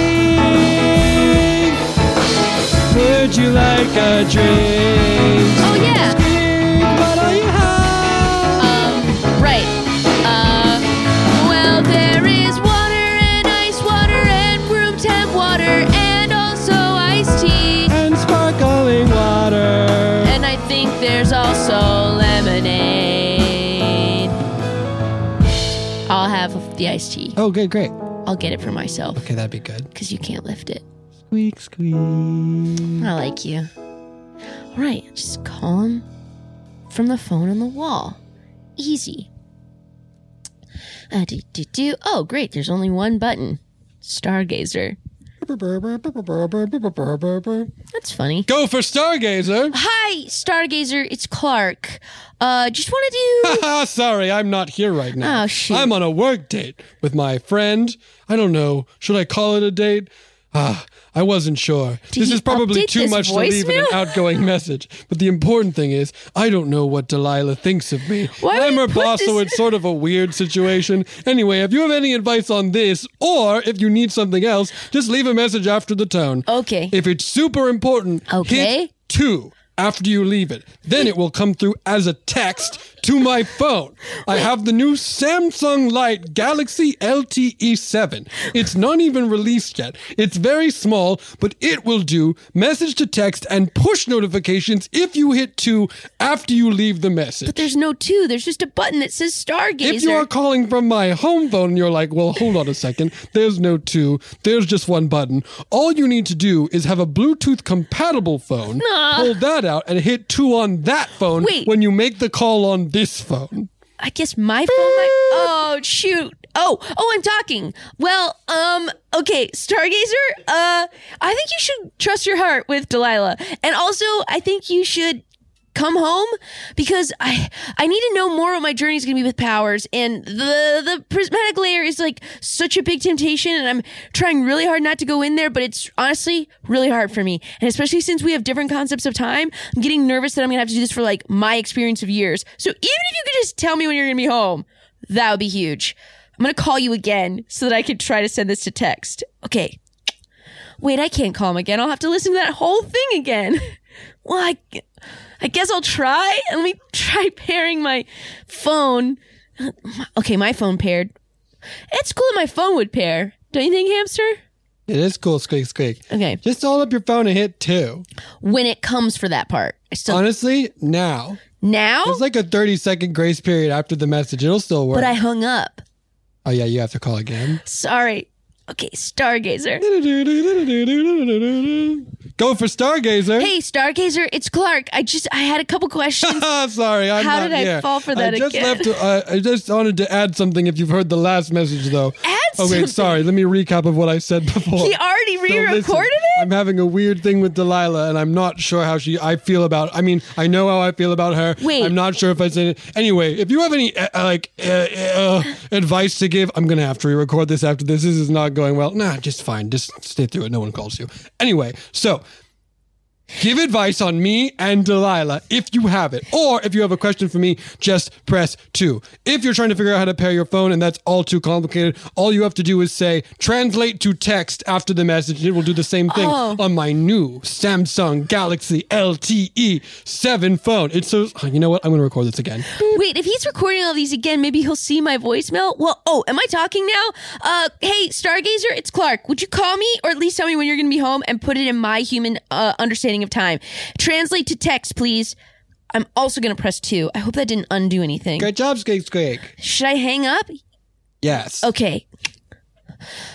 S6: Would you like a drink?
S5: Oh, yeah.
S6: Squeak, what do you have?
S5: um, right. Uh, well, there is water and ice water and room temp water and also iced tea.
S6: And sparkling water.
S5: And I think there's also lemonade. I'll have the iced tea.
S6: Oh, good, great.
S5: I'll get it for myself
S6: Okay, that'd be good.
S5: because you can't lift it.
S6: Squeak, squeak.
S5: I like you. All right, just call him from the phone on the wall. Easy. Uh, do, do, do. Oh, great. There's only one button Stargazer. That's funny.
S6: Go for Stargazer.
S5: Hi, Stargazer. It's Clark. Uh, just want to do.
S6: Ah, Sorry, I'm not here right now.
S5: Oh, shoot.
S6: I'm on a work date with my friend. I don't know. Should I call it a date? Ah, I wasn't sure.
S5: Did
S6: this
S5: he
S6: is probably
S5: update
S6: too
S5: this
S6: much to leave in an
S5: voicemail?
S6: outgoing message. But the important thing is, I don't know what Delilah thinks of me.
S5: Why would
S6: I'm
S5: he
S6: her
S5: put
S6: boss, so
S5: this-
S6: it's sort of a weird situation. Anyway, if you have any advice on this, or if you need something else, just leave a message after the tone.
S5: Okay.
S6: If it's super important, hit
S5: Okay.
S6: two after you leave it. Then it will come through as a text to my phone. I have the new Samsung Lite Galaxy LTE 7. It's not even released yet. It's very small, but it will do message to text and push notifications if you hit two after you leave the message.
S5: But there's no two. There's just a button that says Stargazer.
S6: If you are calling from my home phone and you're like, well, hold on a second, there's no two, there's just one button. All you need to do is have a Bluetooth compatible phone,
S5: Nah.
S6: pull that out, and hit two on that phone
S5: Wait.
S6: when you make the call on this phone.
S5: I guess my phone. might oh shoot. Oh, oh, I'm talking. Well, um, okay, Stargazer. Uh, I think you should trust your heart with Delilah, and also I think you should come home because I I need to know more what my journey is going to be with powers, and the the prismatic layer is like such a big temptation, and I'm trying really hard not to go in there, but it's honestly really hard for me, and especially since we have different concepts of time, I'm getting nervous that I'm going to have to do this for like my experience of years. So even if you could just tell me when you're going to be home. That would be huge. I'm going to call you again so that I can try to send this to text. Okay. Wait, I can't call him again. I'll have to listen to that whole thing again. Well, I, I guess I'll try. Let me try pairing my phone. Okay, my phone paired. It's cool that my phone would pair. Don't you think, hamster?
S6: It is cool, squeak, squeak.
S5: Okay.
S6: Just hold up your phone and hit two.
S5: When it comes for that part. I still,
S6: Honestly, now.
S5: now?
S6: There's like a 30 second grace period after the message. It'll still work.
S5: Oh. But I hung up.
S6: oh, yeah, you have to call again.
S5: Sorry. Okay, Stargazer.
S6: Go for Stargazer.
S5: Hey, Stargazer, it's Clark. I just I had a couple questions.
S6: Ah, Sorry, I'm
S5: How
S6: not
S5: did I
S6: here.
S5: fall for that
S6: I just
S5: again?
S6: left. uh, I just wanted to add something. If you've heard the last message, though.
S5: Add
S6: Oh
S5: something.
S6: wait, sorry. Let me recap of what I said before.
S5: He already
S6: So listen,
S5: re-recorded it.
S6: I'm having a weird thing with Delilah, and I'm not sure how she. I feel about. I mean, I know how I feel about her.
S5: Wait.
S6: I'm not sure if I said it. Anyway, if you have any uh, uh, like uh, uh, advice to give, I'm gonna have to re-record this after this. This is not going well. Nah, just fine. Just stay through it. No one calls you. Anyway, so Give advice on me and Delilah if you have it. Or if you have a question for me, just press two. If you're trying to figure out how to pair your phone and that's all too complicated, all you have to do is say translate to text after the message and it will do the same thing
S5: Oh.
S6: on my new Samsung Galaxy LTE 7 phone. It's so, oh, you know what? I'm going to record this again.
S5: Wait, if he's recording all these again, maybe he'll see my voicemail. Well, oh, am I talking now? Uh, hey, Stargazer, it's Clark. Would you call me or at least tell me when you're going to be home and put it in my human uh, understanding of time? Translate to text, please. I'm also going to press two. I hope that didn't undo anything.
S6: Great job, Skate Squeak.
S5: Should I hang up?
S6: Yes.
S5: Okay.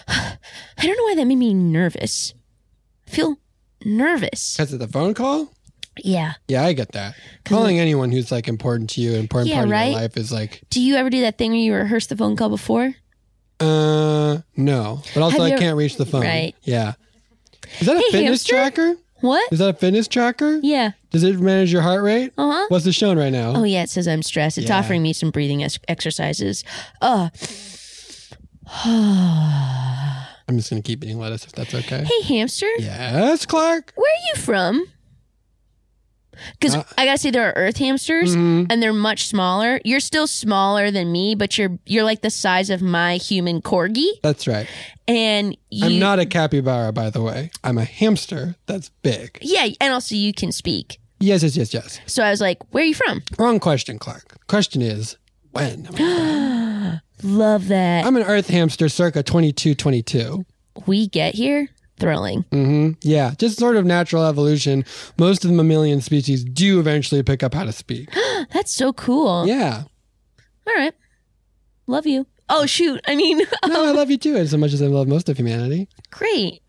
S5: I don't know why that made me nervous. I feel nervous.
S6: Because of the phone call?
S5: Yeah.
S6: Yeah, I get that. Calling anyone who's like important to you, an important
S5: Yeah,
S6: part of
S5: right?
S6: your life is like,
S5: Do you ever do that thing where you rehearse the phone call before?
S6: Uh, no. But also,
S5: Have
S6: I
S5: you-
S6: can't reach the phone.
S5: Right.
S6: Yeah. Is that a
S5: Hey,
S6: fitness
S5: hamster.
S6: tracker?
S5: What?
S6: Is that a fitness tracker?
S5: Yeah.
S6: Does it manage your heart rate?
S5: Uh huh.
S6: What's it showing right now?
S5: Oh yeah, it says I'm stressed. It's
S6: Yeah.
S5: offering me some breathing ex- exercises. Uh,
S6: I'm just gonna keep eating lettuce if that's okay.
S5: hey hamster,
S6: Yes, Clark.
S5: where are you from? Because
S6: Uh, mm-hmm.
S5: I gotta say, there are Earth hamsters, and they're much smaller. You're still smaller than me, but you're you're like the size of my human corgi,
S6: That's right.
S5: and you,
S6: I'm not a capybara, by the way. I'm a hamster. That's big.
S5: Yeah, and also you can speak.
S6: Yes, yes, yes, yes.
S5: So I was like, "Where are you from?"
S6: Wrong question, Clark. Question is when?
S5: Love that
S6: I'm an earth hamster circa 2222.
S5: we get here. Thrilling.
S6: hmm Yeah, just sort of natural evolution. Most of the mammalian species do eventually pick up how to speak.
S5: That's so cool.
S6: Yeah.
S5: All right. Love you. Oh shoot! I mean,
S6: No, I love you too, as much as I love most of humanity.
S5: Great.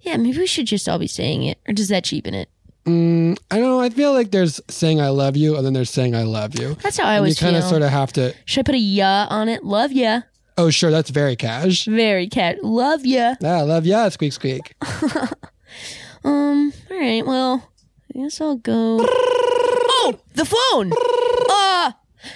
S5: Yeah, maybe we should just all be saying it. Or does that cheapen it?
S6: Mm, I don't know. I feel like there's saying I love you, and then there's saying I love you.
S5: That's how I
S6: And
S5: always
S6: you
S5: feel.
S6: kind of sort of have to.
S5: Should I put a ya on it? Love ya.
S6: Oh, sure, that's very cash.
S5: Very cat. Love ya.
S6: Yeah, I love ya, squeak squeak.
S5: Um, all right. Well, I guess I'll go. Oh, the phone. Uh,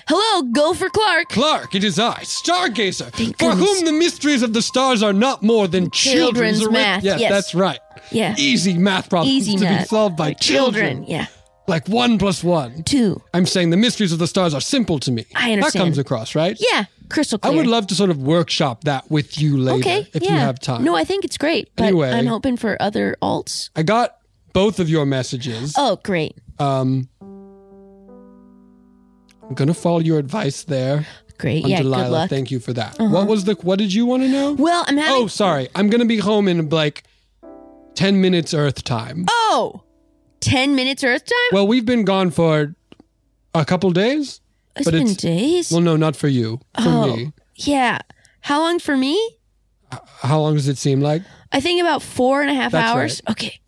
S5: Hello, Gopher Clark.
S6: Clark, it is I, Stargazer, for whom the mysteries of the stars are not more than
S5: Children's
S6: children's, ri-
S5: math,
S6: Yes,
S5: yes.
S6: that's right.
S5: Yeah.
S6: Easy math problems
S5: Easy
S6: E- to be
S5: math.
S6: solved by
S5: Children, yeah.
S6: Like one plus one.
S5: Two.
S6: I'm saying the mysteries of the stars are simple to me.
S5: I understand.
S6: That comes across, right?
S5: Yeah, crystal
S6: I
S5: clear.
S6: would love to sort of workshop that with you later
S5: Okay,
S6: if
S5: yeah.
S6: you have time.
S5: No, I think it's great. But
S6: Anyway.
S5: I'm hoping for other alts.
S6: I got both of your messages.
S5: Oh, great.
S6: Um, I'm gonna follow your advice there.
S5: Great,
S6: on
S5: yeah, good
S6: Delilah.
S5: luck. Uh-huh.
S6: Thank you for that. What was the? What did you want to know?
S5: Well, I'm having.
S6: oh, sorry. I'm gonna be home in like ten minutes Earth time.
S5: Oh, 10 minutes Earth time?
S6: Well, we've been gone for a couple days.
S5: It's been days?
S6: Well, no, not for you. For
S5: oh,
S6: me.
S5: yeah. How long for me?
S6: How long does it seem like?
S5: I think about four and a half
S6: That's
S5: hours. Okay.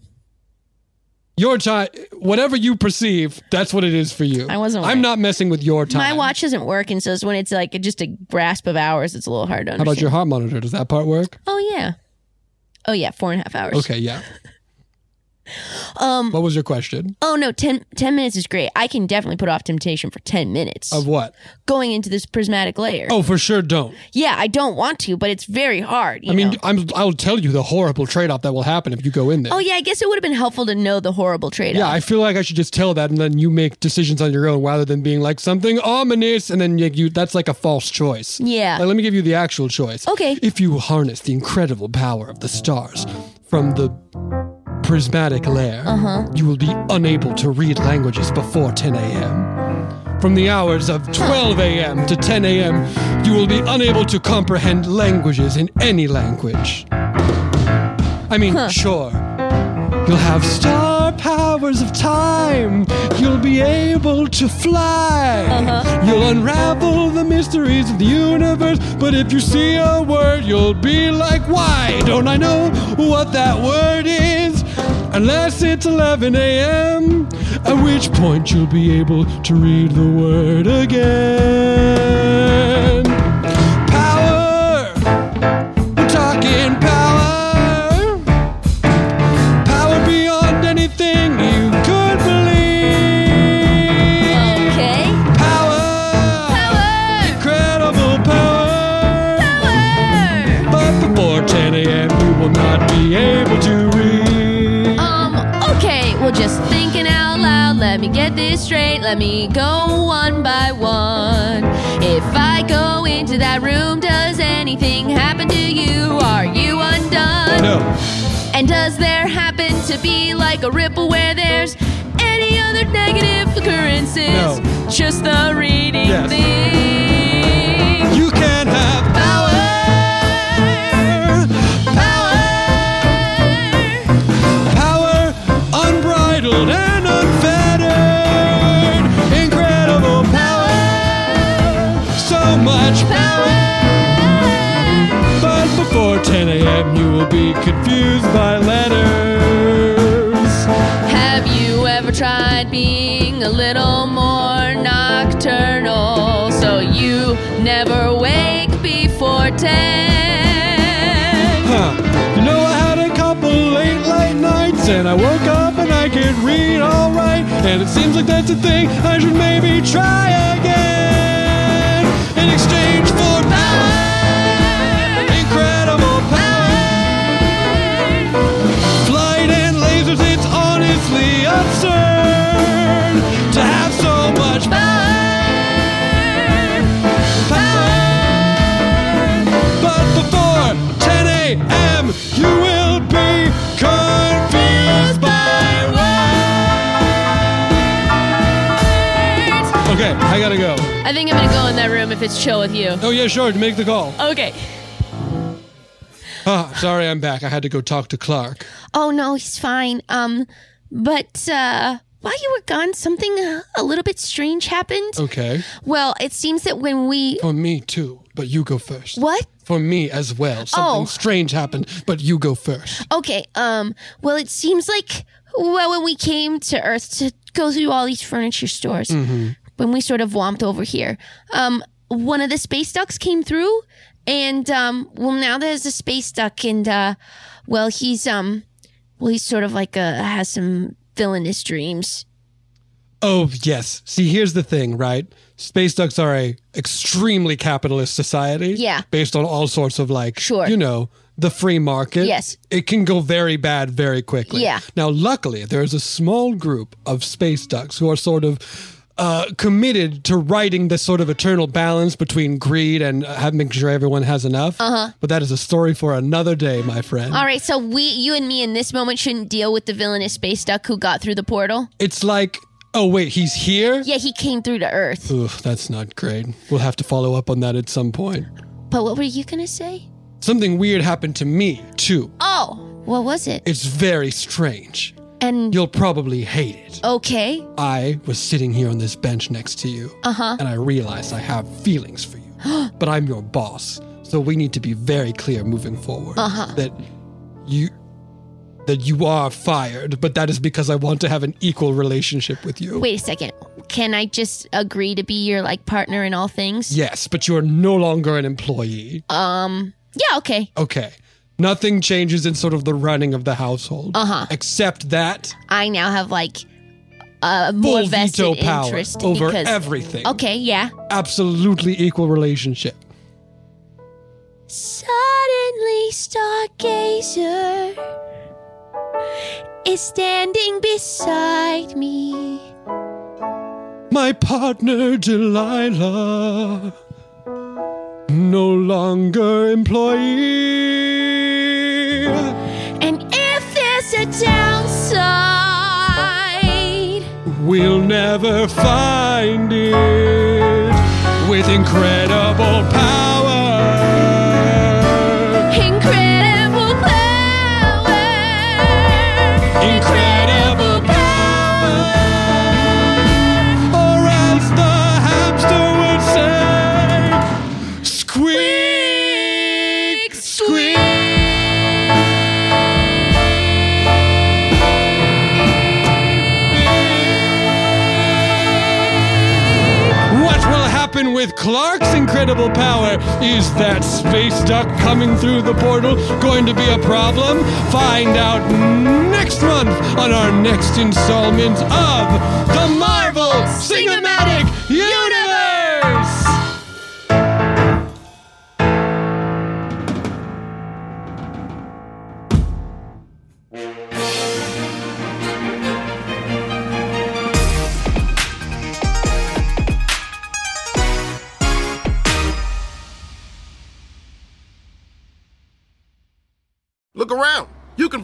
S6: Your time, whatever you perceive, that's what it is for you.
S5: I wasn't
S6: I'm
S5: right.
S6: not messing with your time.
S5: My watch isn't working, so it's when it's like just a grasp of hours, it's a little hard to
S6: How
S5: understand.
S6: about your heart monitor? Does that part work?
S5: Oh, yeah. Oh, yeah, four and a half hours.
S6: Okay, yeah.
S5: Um,
S6: What was your question?
S5: Oh no, 10, 10 minutes is great. I can definitely put off temptation for 10 minutes.
S6: Of what?
S5: Going into this prismatic layer.
S6: Oh, for sure, don't.
S5: Yeah, I don't want to, but it's very hard. You
S6: I mean,
S5: know?
S6: I'm, I'll tell you the horrible trade off that will happen if you go in there.
S5: oh yeah, I guess it would have been helpful to know the horrible trade
S6: Yeah,
S5: off.
S6: I feel like I should just tell that, and then you make decisions on your own, rather than being like something ominous, and then like, you that's like a false choice.
S5: Yeah.
S6: Like, let me give you the actual choice.
S5: Okay.
S6: If you harness the incredible power of the stars from the prismatic layer,
S5: Uh-huh.
S6: you will be unable to read languages before 10 a.m. From the hours of 12 a.m. to 10 a.m., you will be unable to comprehend languages in any language. I mean, sure. You'll have star powers of time. You'll be able to fly. You'll unravel the mysteries of the universe. But if you see a word, you'll be like, why don't I know what that word is? Unless it's 11 a.m., at which point you'll be able to read the word again. Power! We're talking power! power beyond anything you could believe.
S5: okay.
S6: Power,
S5: Power!
S6: incredible power.
S5: Power!
S6: But before 10 a.m., you will not be able to read.
S5: Um, okay, well just thinking out loud, let me get this straight, let me go one by one. If I go into that room, does anything happen to you? Are you undone?
S6: No,
S5: And does there happen to be like a ripple where there's any other negative occurrences?
S6: No.
S5: Just the reading
S6: Yes.
S5: thing.
S6: you can't have power.
S5: Power.
S6: Power unbridled and unfettered. Incredible power. So much
S5: Power.
S6: But before 10 a.m., you will be confused by letters.
S5: Have you ever tried being a little more nocturnal so you never wake before 10?
S6: Huh. You know, I had a couple late, late nights, and I woke up and I could read alright. And it seems like that's a thing I should maybe try again. In exchange for power, incredible power. Flight and lasers, it's honestly absurd to have so much power. Power. But before 10 a.m., you will be confused by words. Okay, I gotta go.
S5: I think I'm gonna go in that room if it's chill with you.
S6: Oh, yeah, sure, make the call.
S5: Okay.
S6: Ah, sorry, I'm back. I had to go talk to Clark.
S5: Oh no, he's fine. Um, but uh, while you were gone, something uh, a little bit strange happened.
S6: Okay.
S5: Well, it seems that when we
S6: For me, too, but you go first.
S5: what?
S6: For me as well. Something
S5: Oh.
S6: strange happened, but you go first.
S5: Okay. Um. Well, it seems like well when we came to Earth to go through all these furniture stores, when we sort of womped over here, um, one of the space ducks came through, and um, well now there's a space duck, and uh, well he's um, well he's sort of like a has some villainous dreams.
S6: Oh, yes. See, here's the thing, right? Space ducks are a extremely capitalist society.
S5: Yeah.
S6: Based on all sorts of like,
S5: Sure.
S6: you know, the free market.
S5: Yes.
S6: It can go very bad very quickly.
S5: Yeah.
S6: Now, luckily, there is a small group of space ducks who are sort of uh, committed to writing this sort of eternal balance between greed and uh, have- making sure everyone has enough.
S5: Uh-huh.
S6: But that is a story for another day, my friend.
S5: All right, so we, you and me in this moment shouldn't deal with the villainous space duck who got through the portal.
S6: It's like, oh, wait, he's here?
S5: Yeah, he came through to Earth.
S6: Oof, that's not great. We'll have to follow up on that at some point.
S5: But what were you going to say?
S6: Something weird happened to me, too.
S5: Oh, what was it?
S6: It's very strange.
S5: And
S6: You'll probably hate it.
S5: okay.
S6: I was sitting here on this bench next to you,
S5: Uh-huh.
S6: and I realized I have feelings for you, but I'm your boss, so we need to be very clear moving forward
S5: Uh-huh.
S6: that you that you are fired, but that is because I want to have an equal relationship with you.
S5: Wait a second. Can I just agree to be your like partner in all things?
S6: Yes, but you are no longer an employee.
S5: Um, yeah, okay.
S6: Okay. Nothing changes in sort of the running of the household.
S5: Uh-huh.
S6: Except that
S5: I now have like a more
S6: full
S5: vested
S6: veto power
S5: interest
S6: over
S5: because,
S6: everything.
S5: Okay, yeah.
S6: Absolutely equal relationship.
S5: Suddenly, Stargazer is standing beside me.
S6: My partner Delilah, no longer employee.
S5: And if there's a downside,
S6: We'll never find it with incredible power.
S5: incredible power.
S6: Incredible power. Or as the hamster would say, squeak, squeak. What will happen with Clark's incredible power? Is that space duck coming through the portal going to be a problem? Find out next month on our next installment of the Marvel Cinematic Universe!
S10: Look around. You can